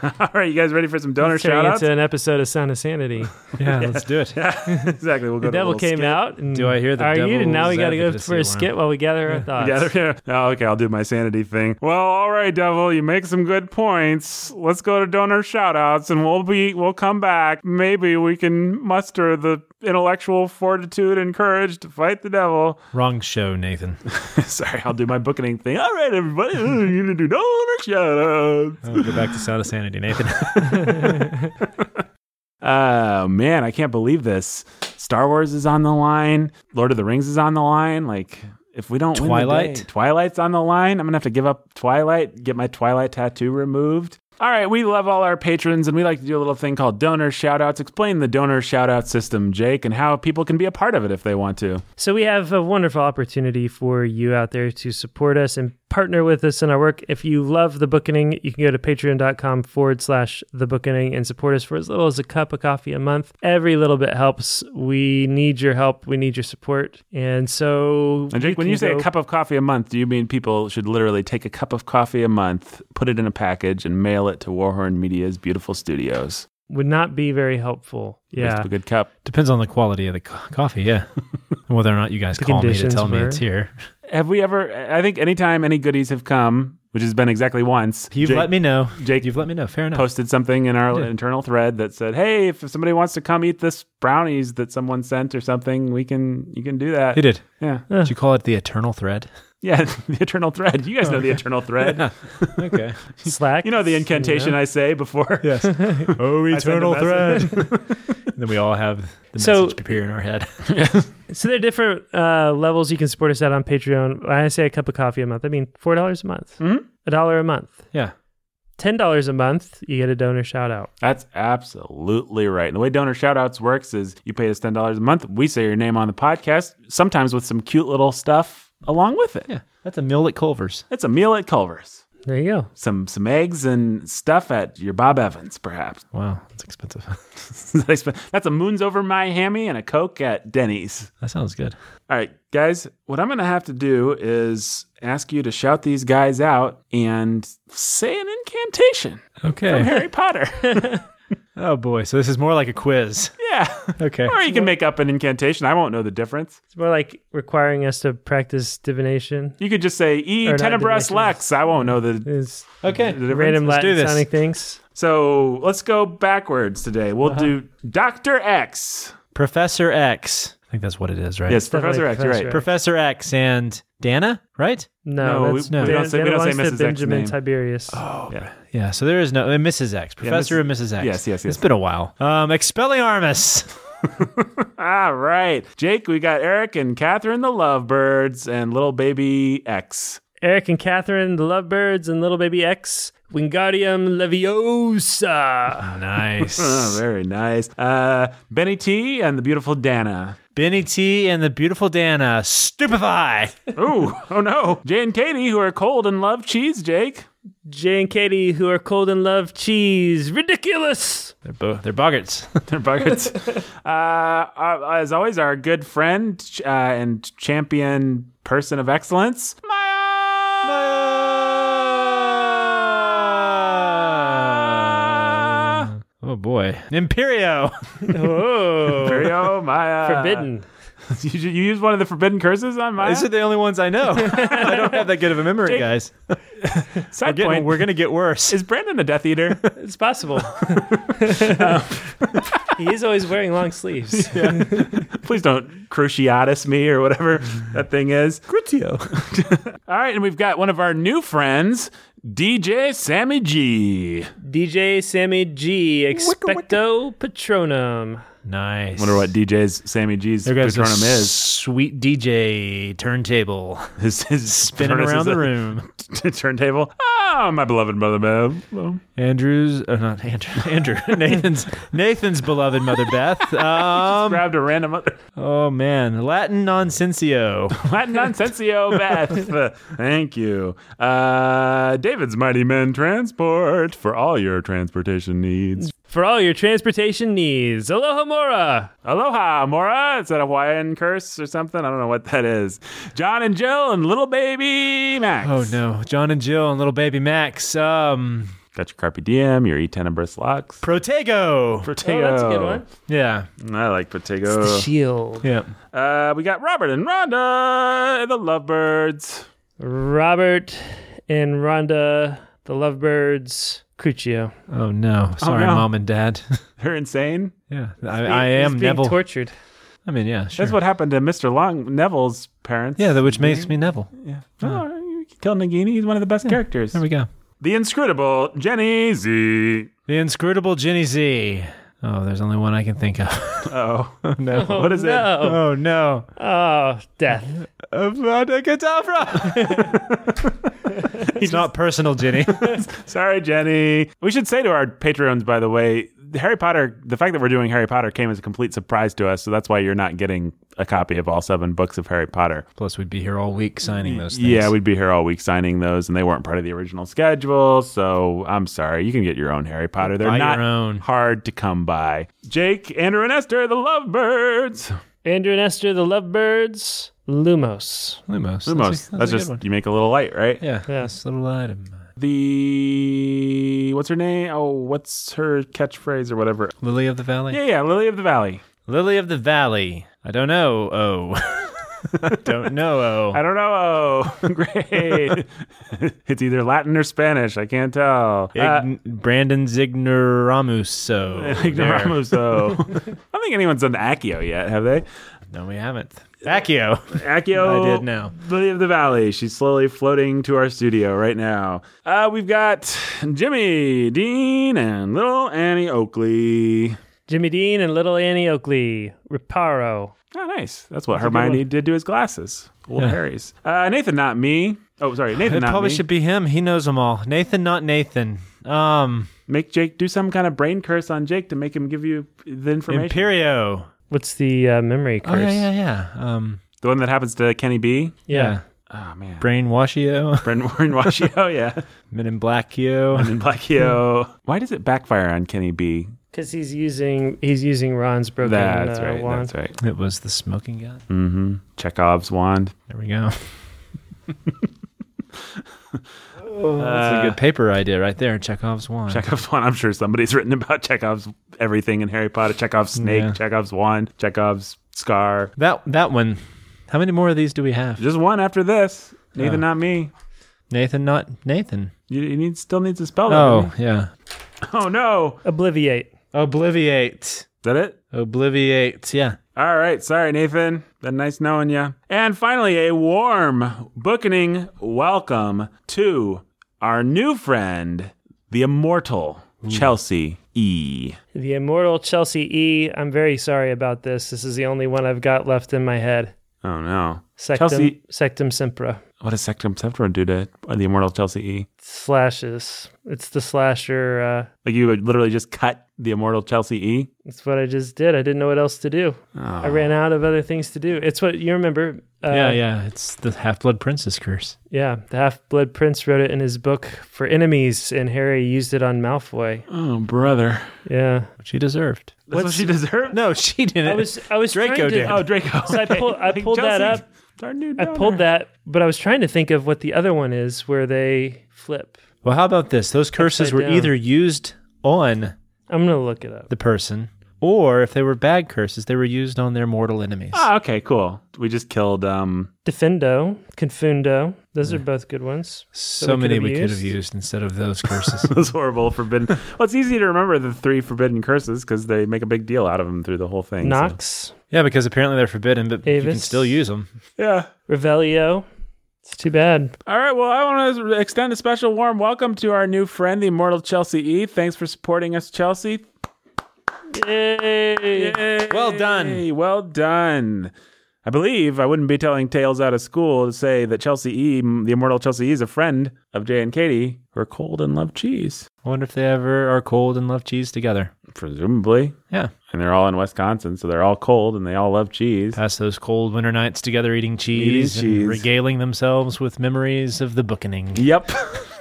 it. All right, you guys ready [laughs] for some donor shout Ah, Turning outs? into an episode of Sound [laughs] of Sanity. [laughs] Yeah, let's do it. exactly. We'll go the to a devil little came skit. out. And Do I hear the argued, and now we devil's got to go advocacy for a alarm? skit while we gather our [laughs] thoughts. Yeah, yeah. Oh, okay, I'll do my sanity thing. Well, all right, devil, you make some good points. Let's go to donor shout outs and we'll be we'll come back. Maybe we can muster the intellectual fortitude and courage to fight the devil. [laughs] [laughs] Wrong show, [laughs] Nathan. Sorry, I'll do my booking thing. All right, everybody, [laughs] we're going to do donor shout outs. Go back to Sound of Sanity, Nathan. Oh man, I can't believe this. Star Wars is on the line. Lord of the Rings is on the line. Like if we don't win the Twilight? day- Twilight's on the line. I'm gonna have to give up Twilight. Get my Twilight tattoo removed. All right, we love all our patrons, and we like to do a little thing called donor shoutouts. Explain the donor shoutout system, Jake, and how people can be a part of it if they want to. So we have a wonderful opportunity for you out there to support us and partner with us in our work. If you love the bookening, you can go to patreon.com forward slash the bookening and support us for as little as a cup of coffee a month. Every little bit helps. We need your help. We need your support. And so And Jake, when can you say go- a cup of coffee a month, do you mean people should literally take a cup of coffee a month, put it in a package, and mail it to Warhorn Media's beautiful studios? would not be very helpful. Yeah. Just a good cup. [laughs] Depends on the quality of the co- coffee, [laughs] yeah. And Whether or not you guys The call me to conditions tell me were- it's here. Have we ever? I think anytime any goodies have come, which has been exactly once, You've Jake let me know. Jake- you've let me know. Fair enough. posted something in our Yeah. internal thread that said, "Hey, if somebody wants to come eat this brownies that someone sent or something, we can you can do that." he did. Yeah, Did you call it the eternal [laughs] thread? yeah, [laughs] the eternal thread. You guys know Oh. the eternal [laughs] thread. okay. [laughs] Slack. You know the incantation I say before. [laughs] Yes. oh, eternal thread. message. [laughs] then we all have the So- message appear in our head. So there are different uh, levels you can support us at on Patreon. When I say a cup of coffee a month, I mean four dollars a month. Mhm. A dollar a month. [laughs] yeah. ten dollars a month, you get a donor shout out. That's absolutely right. And the way donor shout outs works is you pay us ten dollars a month. We say your name on the podcast, sometimes with some cute little stuff along with it. Yeah. That's a meal at Culver's. It's a meal at Culver's. There you go. some some eggs and stuff at your Bob Evans, perhaps. [laughs] Wow. That's expensive. [laughs] That's a moons over my hammy and a Coke at Denny's. that sounds good. All right, guys, what I'm going to have to do is ask you to shout these guys out and say an incantation [laughs] from Okay. Harry Potter. [laughs] Oh, boy. So this is more like a quiz. yeah. [laughs] Okay. Or you can make up an incantation. I won't know the difference. It's more like requiring us to practice divination. You could just say E Or not tenebras divination. lex. I won't know [laughs] the, Is Okay. the difference. random Let's do Latin this. sounding things. So let's go backwards today. We'll Uh-huh. do Dr. X. Professor X. I think that's what it is, right? Yes, definitely Professor X. You're Professor right. X. Professor X and Dana, right? No, No, that's we- we Dan- don't say- we Dan don't say belongs to Mrs. X Benjamin name. Oh. Tiberius. Yeah, so there is no uh, Mrs. X, Professor Mrs. and Mrs. X. Yes, yes, yes. It's been a while. Um, Expelliarmus. All right. Jake, we got Eric and Catherine the Lovebirds and little baby X. Eric and Catherine, the Lovebirds, and little baby X, Wingardium Leviosa. Oh, nice. very nice. Uh, Benny T and the beautiful Dana. [laughs] Benny T and the beautiful Dana. Stupefy. Ooh, [laughs] oh no. Jay and Katie, who are cold and love cheese, Jake. [laughs] Jay and Katie, who are cold in love, cheese. Ridiculous. They're, bo- they're [laughs] boggarts. They're buckets. [laughs] uh, uh, as always, our good friend uh, and champion person of excellence, Maya! oh boy. Imperio. Oh. Mario, Maya. Ah. Forbidden. oh, uh, [laughs] you, ju- you used one of the forbidden curses on my These are the only ones I know. [laughs] I don't have that good of a memory, Jake, guys. We're, side getting, point. we're gonna get worse. Is Brandon a Death Eater? It's [laughs] [laughs] possible. Um, [laughs] he is always wearing long [laughs] sleeves. Please don't cruciatus me or whatever that thing is. Gritio. All right, and we've got one of our new friends, DJ Sammy G. DJ Sammy G, expecto patronum. Nice. Wonder what DJ's Sammy G's There goes a patronum is. Sweet DJ turntable His, his [laughs] spinning patronus is around the a room. [laughs] turntable. Ah, my beloved brother, man. Well, Andrew's, or not Andrew, [laughs] Andrew, Nathan's, Nathan's beloved mother [laughs] Beth. Um, grabbed a random other- [laughs] oh man, Latin nonsensio. Latin nonsensio, Beth. Thank you. Uh, David's Mighty Men Transport for all your transportation needs. For all your transportation needs, aloha mora. Aloha, Mora. Is that a Hawaiian curse or something? I don't know what that is. John and Jill and little baby Max. [laughs] Oh no, John and Jill and little baby Max. Um, Got your Carpe Diem, your E tenebris locks. Protego. Protego. Oh, that's a good one. Yeah, I like Uh. The Protego. shield. yeah. Uh, we got Robert and Rhonda, and the Lovebirds. Robert and Rhonda, the Lovebirds, Cuccio. Oh no, sorry, no. mom and dad. [laughs] They're insane. yeah, I, I am He's being Neville. tortured. I mean, yeah, sure. That's what happened to Mr. Long Neville's parents. yeah, that which makes me Neville. yeah. Oh, you kill Nagini. He's one of the best characters. There we go. The inscrutable Jenny Z. The inscrutable Jenny Z. Oh, there's only one I can think of. [laughs] Oh, no. [laughs] what is it? No. Oh no. Oh, death. [laughs] Abracadabra. [laughs] it's not personal, Jenny. Sorry, Jenny. We should say to our patrons, by the way, Harry Potter, the fact that we're doing Harry Potter came as a complete surprise to us. So that's why you're not getting a copy of all seven books of Harry Potter. [laughs] Plus, we'd be here all week signing those things. Yeah, we'd be here all week signing those, and they weren't part of the original schedule. So I'm sorry. You can get your own Harry Potter. They're Buy not your own. hard to come by. Jake, Andrew, and Esther, the lovebirds. Andrew and Esther, the Lovebirds, Lumos. Lumos. That's a- Lumos. That's, a good just one. you make a little light, right? Yeah. Yes. Little item. The what's her name? Oh, what's her catchphrase or whatever? Lily of the Valley. Yeah, yeah, Lily of the Valley. Lily of the Valley. I don't know. Oh. [laughs] I don't know. Oh. I don't know. [laughs] Oh, great. [laughs] it's either Latin or Spanish. I can't tell. [laughs] Uh, Ign- Brandon's ignoramuso. [laughs] Ignoramuso. I don't think anyone's done Accio yet, have they? There. No, we haven't. Accio. Accio. I did now. Lily of the Valley. She's slowly floating to our studio right now. Uh, we've got Jimmy, Dean, and little Annie Oakley. Jimmy Dean and Little Annie Oakley, Reparo. Oh, nice. That's what a good Hermione did to his glasses. Little Yeah. Harry's. Uh, Nathan, not me. Oh, sorry. Nathan, It not probably me. should be him. He knows them all. Nathan, not Nathan. Um, Make Jake do some kind of brain curse on Jake to make him give you the information. Imperio. What's the uh, memory Oh curse? yeah, yeah, yeah. Um, The one that happens to Kenny B. Yeah. Oh, man. Brainwashio, [laughs] Brent Warren Washio, yeah. Men in Blackio. And Blackio. Why does it backfire on Kenny B? Because he's using he's using Ron's broken That's uh, right. wand. That's right. It was the smoking gun. Mm-hmm. Chekhov's wand. There we go. Uh, That's a good paper idea right there. Chekhov's wand. Chekhov's wand. I'm sure somebody's [laughs] written about Chekhov's everything in Harry Potter. Chekhov's snake, Yeah. Chekhov's wand, Chekhov's scar. that that one. How many more of these do we have? Just one after this. Neither, Yeah. not me. Nathan, not Nathan. You, you need still needs to spell that. Oh doesn't yeah. he? [laughs] Oh no. Obliviate. Obliviate. Is that it? Obliviate. Yeah. All right. Sorry, Nathan. Been nice knowing you. And finally, a warm bookening welcome to our new friend, the immortal Chelsea E. The immortal Chelsea E. I'm very sorry about this. This is the only one I've got left in my head. Oh no. Sectum Chelsea- Sectum Sempra. What does Sectum Septron do to the immortal Chelsea E? Slashes. It's the slasher. Uh, Like you would literally just cut the immortal Chelsea E? it's what I just did. I didn't know what else to do. I ran out of other things to do. It's what you remember. Uh, Ah. yeah, yeah. It's the Half Blood Princess curse. Yeah, the Half Blood Prince wrote it in his book for enemies, and Harry used it on Malfoy. Oh, brother. Yeah, Which he deserved. That's what she deserved? No, she didn't. [laughs] I was I was Draco trying to, [laughs] did. Oh, Draco. So I pull- I pulled that Chelsea's up. Our new I pulled that, but I was trying to think of what the other one is where they flip. Well, how about this? Those curses Upside were down. either used on I'm gonna look it up. the person Or if they were bad curses, they were used on their mortal enemies. Ah, okay, cool. We just killed. Um, [laughs] Defendo, Confundo. Those are both good ones. so that we many could've we could have used. used instead of [laughs] those curses. those horrible forbidden. well, it's easy to remember the three forbidden curses because they make a big deal out of them through the whole thing. so- Knox, yeah, because apparently they're forbidden, but you can Avis. still use them. Yeah. Revelio. It's too bad. All right. Well, I want to extend a special warm welcome to our new friend, the immortal Chelsea E. Thanks for supporting us, Chelsea. Yay! Yay. Well done. Hey, Well done. I believe I wouldn't be telling tales out of school to say that Chelsea E, the immortal Chelsea E, is a friend of Jay and Katie, who are cold and love cheese, I wonder if they ever are cold and love cheese together. presumably. Yeah. And they're all in Wisconsin, so they're all cold and they all love cheese. Pass those cold winter nights together eating cheese, Eating cheese. and regaling themselves with memories of the bookening. Yep.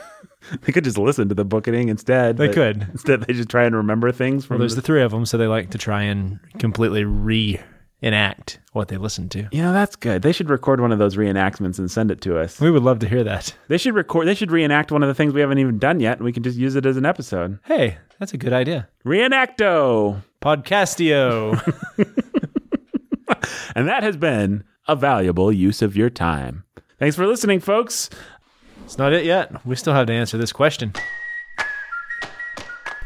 [laughs] they could just listen to the booketing instead. They but could. Instead, they just try and remember things from Well, there's the three of them, so they like to try and completely reenact what they listened to. You know, that's good. They should record one of those reenactments and send it to us. We would love to hear that. They should record they should reenact one of the things we haven't even done yet and we can just use it as an episode. Hey, that's a good idea. Reenacto. [laughs] Podcastio. And that has been a valuable use of your time. Thanks for listening, folks. it's not it yet. We still have to answer this question.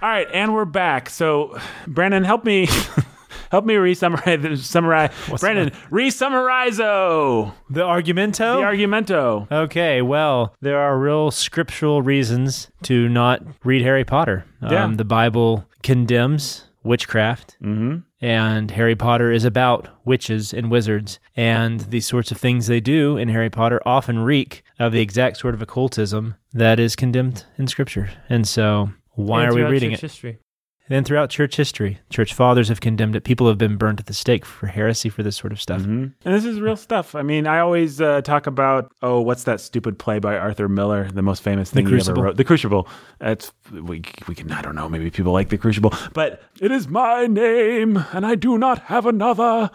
All right, and we're back. So, Brandon, help me [laughs] help me re-summarize summarize Brandon, re-summarizo The argumento? the argumento. Okay, well, there are real scriptural reasons to not read Harry Potter. Um, Yeah. the Bible condemns witchcraft, Mm-hmm. and Harry Potter is about witches and wizards. And the sorts of things they do in Harry Potter often reek of the exact sort of occultism that is condemned in Scripture. And so, why And are we throughout reading church it? History. And throughout church history, church fathers have condemned it. People have been burnt at the stake for heresy for this sort of stuff. And this is real stuff. I mean, I always uh, talk about oh, what's that stupid play by Arthur Miller, the most famous thing he ever Crucible. wrote, The Crucible. That's we we can I don't know, maybe people like The Crucible, but it is my name and I do not have another.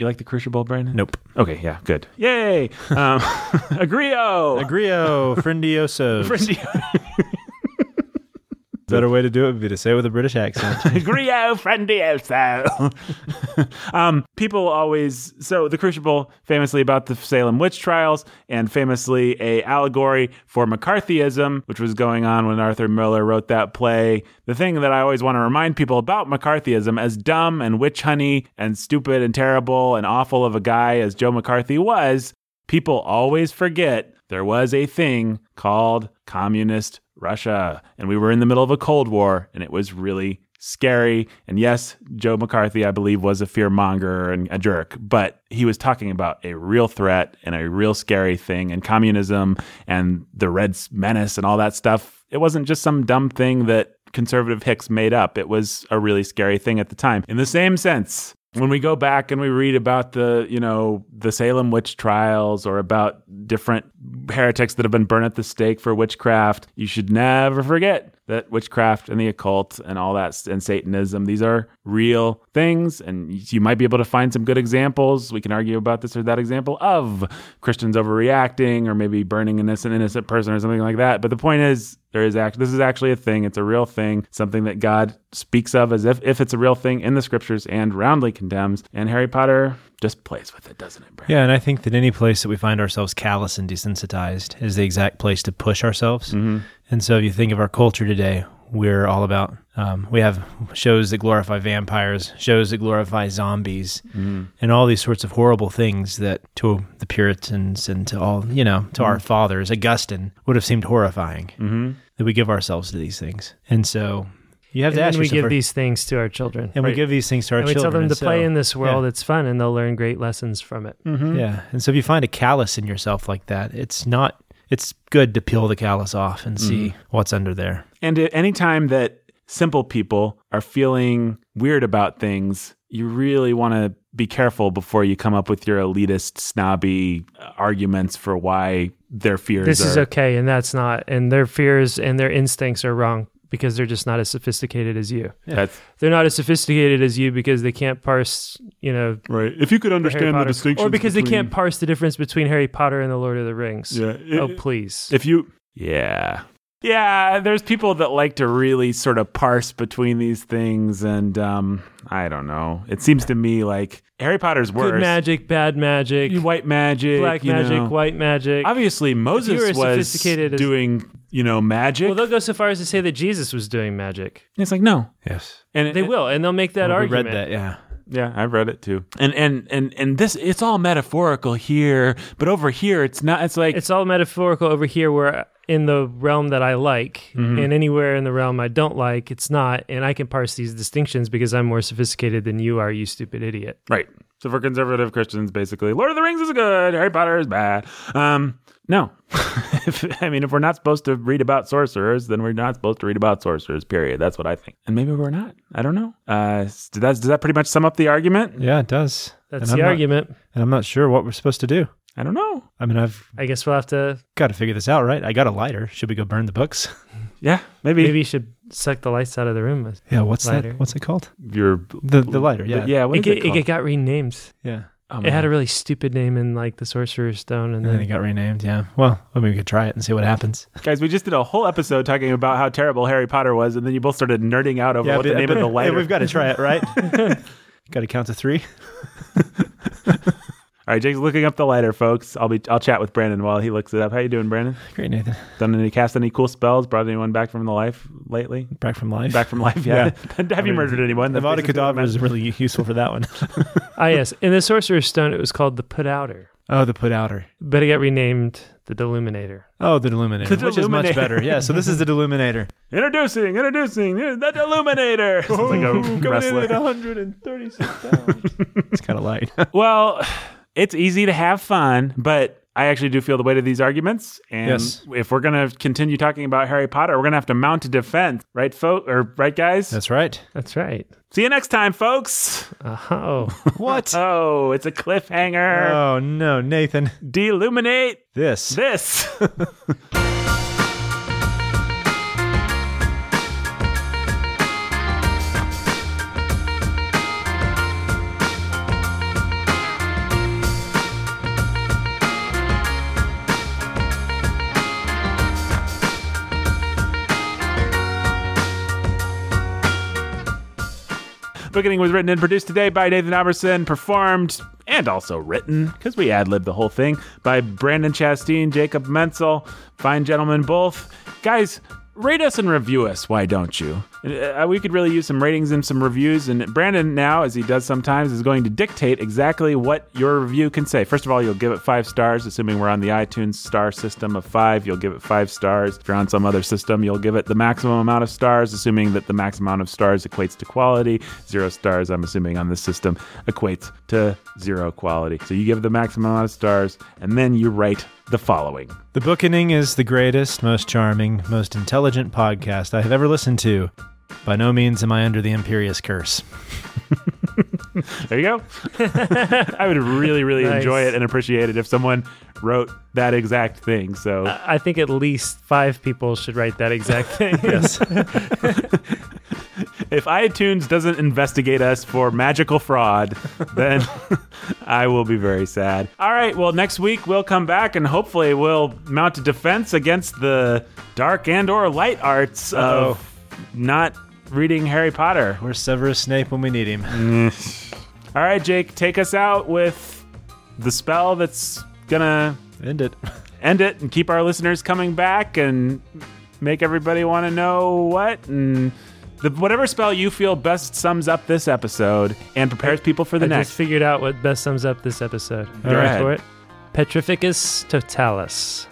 You like The Crucible, Brandon? Nope. Okay, yeah, good. Yay! Um, [laughs] Agrio. [laughs] Agrio, friendiosos. [laughs] Better way to do it would be to say it with a British accent. Grio Frendioso. [laughs] um, people always so the Crucible famously about the Salem witch trials and famously a allegory for McCarthyism, which was going on when Arthur Miller wrote that play. The thing that I always want to remind people about McCarthyism, as dumb and witch honey and stupid and terrible and awful of a guy as Joe McCarthy was, people always forget there was a thing called communist Russia, and we were in the middle of a Cold War, and it was really scary. And yes, Joe McCarthy, I believe, was a fearmonger and a jerk, but he was talking about a real threat and a real scary thing, and communism and the Red Menace and all that stuff. It wasn't just some dumb thing that conservative hicks made up. It was a really scary thing at the time. In the same sense, when we go back and we read about the, you know, the Salem witch trials or about different heretics that have been burned at the stake for witchcraft, you should never forget that witchcraft and the occult and all that and Satanism, these are real things. And you might be able to find some good examples. We can argue about this or that example of Christians overreacting or maybe burning an innocent, innocent person or something like that. But the point is, there is act. This is actually a thing. It's a real thing. Something that God speaks of as if if it's a real thing in the scriptures and roundly condemns. And Harry Potter just plays with it, doesn't it, Brandon? yeah, and I think that any place that we find ourselves callous and desensitized is the exact place to push ourselves. Mm-hmm. And so if you think of our culture today, we're all about, um, we have shows that glorify vampires, shows that glorify zombies, Mm-hmm. and all these sorts of horrible things that to the Puritans and to all, you know, to Mm-hmm. our fathers, Augustine, would have seemed horrifying that we give ourselves to these things. And so you have And to ask then we yourself, give are- these things to our children. and Right. we give these things to our and we children. tell them and to so- play in this world. Yeah. Mm. It's fun, and they'll learn great lessons from it. Hmm. Yeah. And so if you find a callus in yourself like that, it's not it's good to peel the callus off and see Mm-hmm. what's under there. And at any time that simple people are feeling weird about things, you really want to be careful before you come up with your elitist, snobby uh, arguments for why their fears This are. is okay, and that's not. And their fears and their instincts are wrong because they're just not as sophisticated as you. That's They're not as sophisticated as you because they can't parse, you know, right. If you could Harry understand Potter, or because they can't Oh. parse the difference between Harry Potter and the Lord of the Rings. Yeah. oh please. If you. Yeah. Yeah, there's people that like to really sort of parse between these things, and um, I don't know. It seems to me like Harry Potter's worse. Good magic, bad magic, white magic, black you magic, know. white magic. Obviously, Moses were was sophisticated as- doing you know magic. well, they'll go so far as to say that Jesus was doing magic. it's like no, Yes. and it- They will, and they'll make that We argument. read that, yeah. Yeah, I've read it too. And and and and this it's all metaphorical here, but over here it's not. It's like It's all metaphorical over here, where in the realm that I like, and anywhere in the realm I don't like, it's not. And I can parse these distinctions because I'm more sophisticated than you are, you stupid idiot. right. So for conservative Christians, basically, Lord of the Rings is good, Harry Potter is bad. Um, no, [laughs] if, I mean if we're not supposed to read about sorcerers, then we're not supposed to read about sorcerers. Period. That's what I think. And maybe we're not. I don't know. Uh, s- did that does that pretty much sum up the argument? Yeah, it does. That's And I'm the not- argument. And I'm not sure what we're supposed to do. I don't know. I mean, I've I guess we'll have to. got to figure this out, right? I got a lighter. Should we go burn the books? [laughs] Yeah, maybe, Maybe you should suck the lights out of the room. It, Yeah, what's Lighter. that? What's it called? your The the lighter, yeah. yeah. What is get- it, it called? got renamed. Yeah. Oh, It had a man. really stupid name in like the Sorcerer's Stone, and And then then it got renamed, yeah. Well, I mean, we could try it and see what happens. guys. We just did a whole episode talking about how terrible Harry Potter was, and then you both started nerding out over [laughs] what the name of the [laughs] [laughs] lighter. we've got to try it, [laughs] right? got to count to three. [laughs] All right, Jake's looking up the lighter, folks. I'll be I'll chat with Brandon while he looks it up. How you doing, Brandon? Great, Nathan. Done any cast any cool spells? Brought anyone back from the life lately? Back from life. Back from life, [laughs] yeah. Have you mean, murdered anyone? the That's Vada basically what Kedavra is really useful for that one. ah yes, in the Sorcerer's Stone it was called the Put Outer, Oh, the put outer. but it got renamed the Deluminator. Oh, the deluminator, The which is much Deluminator. better. Yeah, so this is the [laughs] deluminator. it- Introducing, introducing uh, the Illuminator. [laughs] Sounds like a wrestler. 136 pounds. [laughs] it's kind of light. Well, it's easy to have fun, but I actually do feel the weight of these arguments. And Yes. if we're gonna continue talking about Harry Potter, we're gonna have to mount a defense, right, folks? Or right, guys? [laughs] That's right. That's right. See you next time, folks. Oh, [laughs] [laughs] What? Oh, it's a cliffhanger. oh no, Nathan. Deluminate This. this. [laughs] Beginning was written and produced today by Nathan Oberson, performed and also written, because we ad lib the whole thing, by Brandon Chasteen, Jacob Menzel, fine gentlemen both. Guys, rate us and review us, why don't you? Uh, we could really use some ratings and some reviews, and Brandon now, as he does sometimes, is going to dictate exactly what your review can say. First of all, you'll give it five stars, assuming we're on the iTunes star system of five, you'll give it five stars. If you're on some other system, you'll give it the maximum amount of stars, assuming that the max amount of stars equates to quality. Zero stars, I'm assuming, on this system equates to zero quality. So you give the maximum amount of stars, and then you write the following. The Bookening is the greatest, most charming, most intelligent podcast I have ever listened to. By no means am I under the imperious curse. There you go. I would really, really Nice. enjoy it and appreciate it if someone wrote that exact thing. So I think at least five people should write that exact thing. [laughs] Yes. if iTunes doesn't investigate us for magical fraud, then [laughs] I will be very sad. All right, well, next week we'll come back and hopefully we'll mount a defense against the dark and or light arts of not reading Harry Potter. Where's Severus Snape when we need him? All right, Jake, take us out with the spell that's gonna End it. [laughs] end it and keep our listeners coming back and make everybody want to know what and the, whatever spell you feel best sums up this episode and prepares people for the I next. just figured out what best sums up this episode. Go You ready ahead. for it? Petrificus totalis.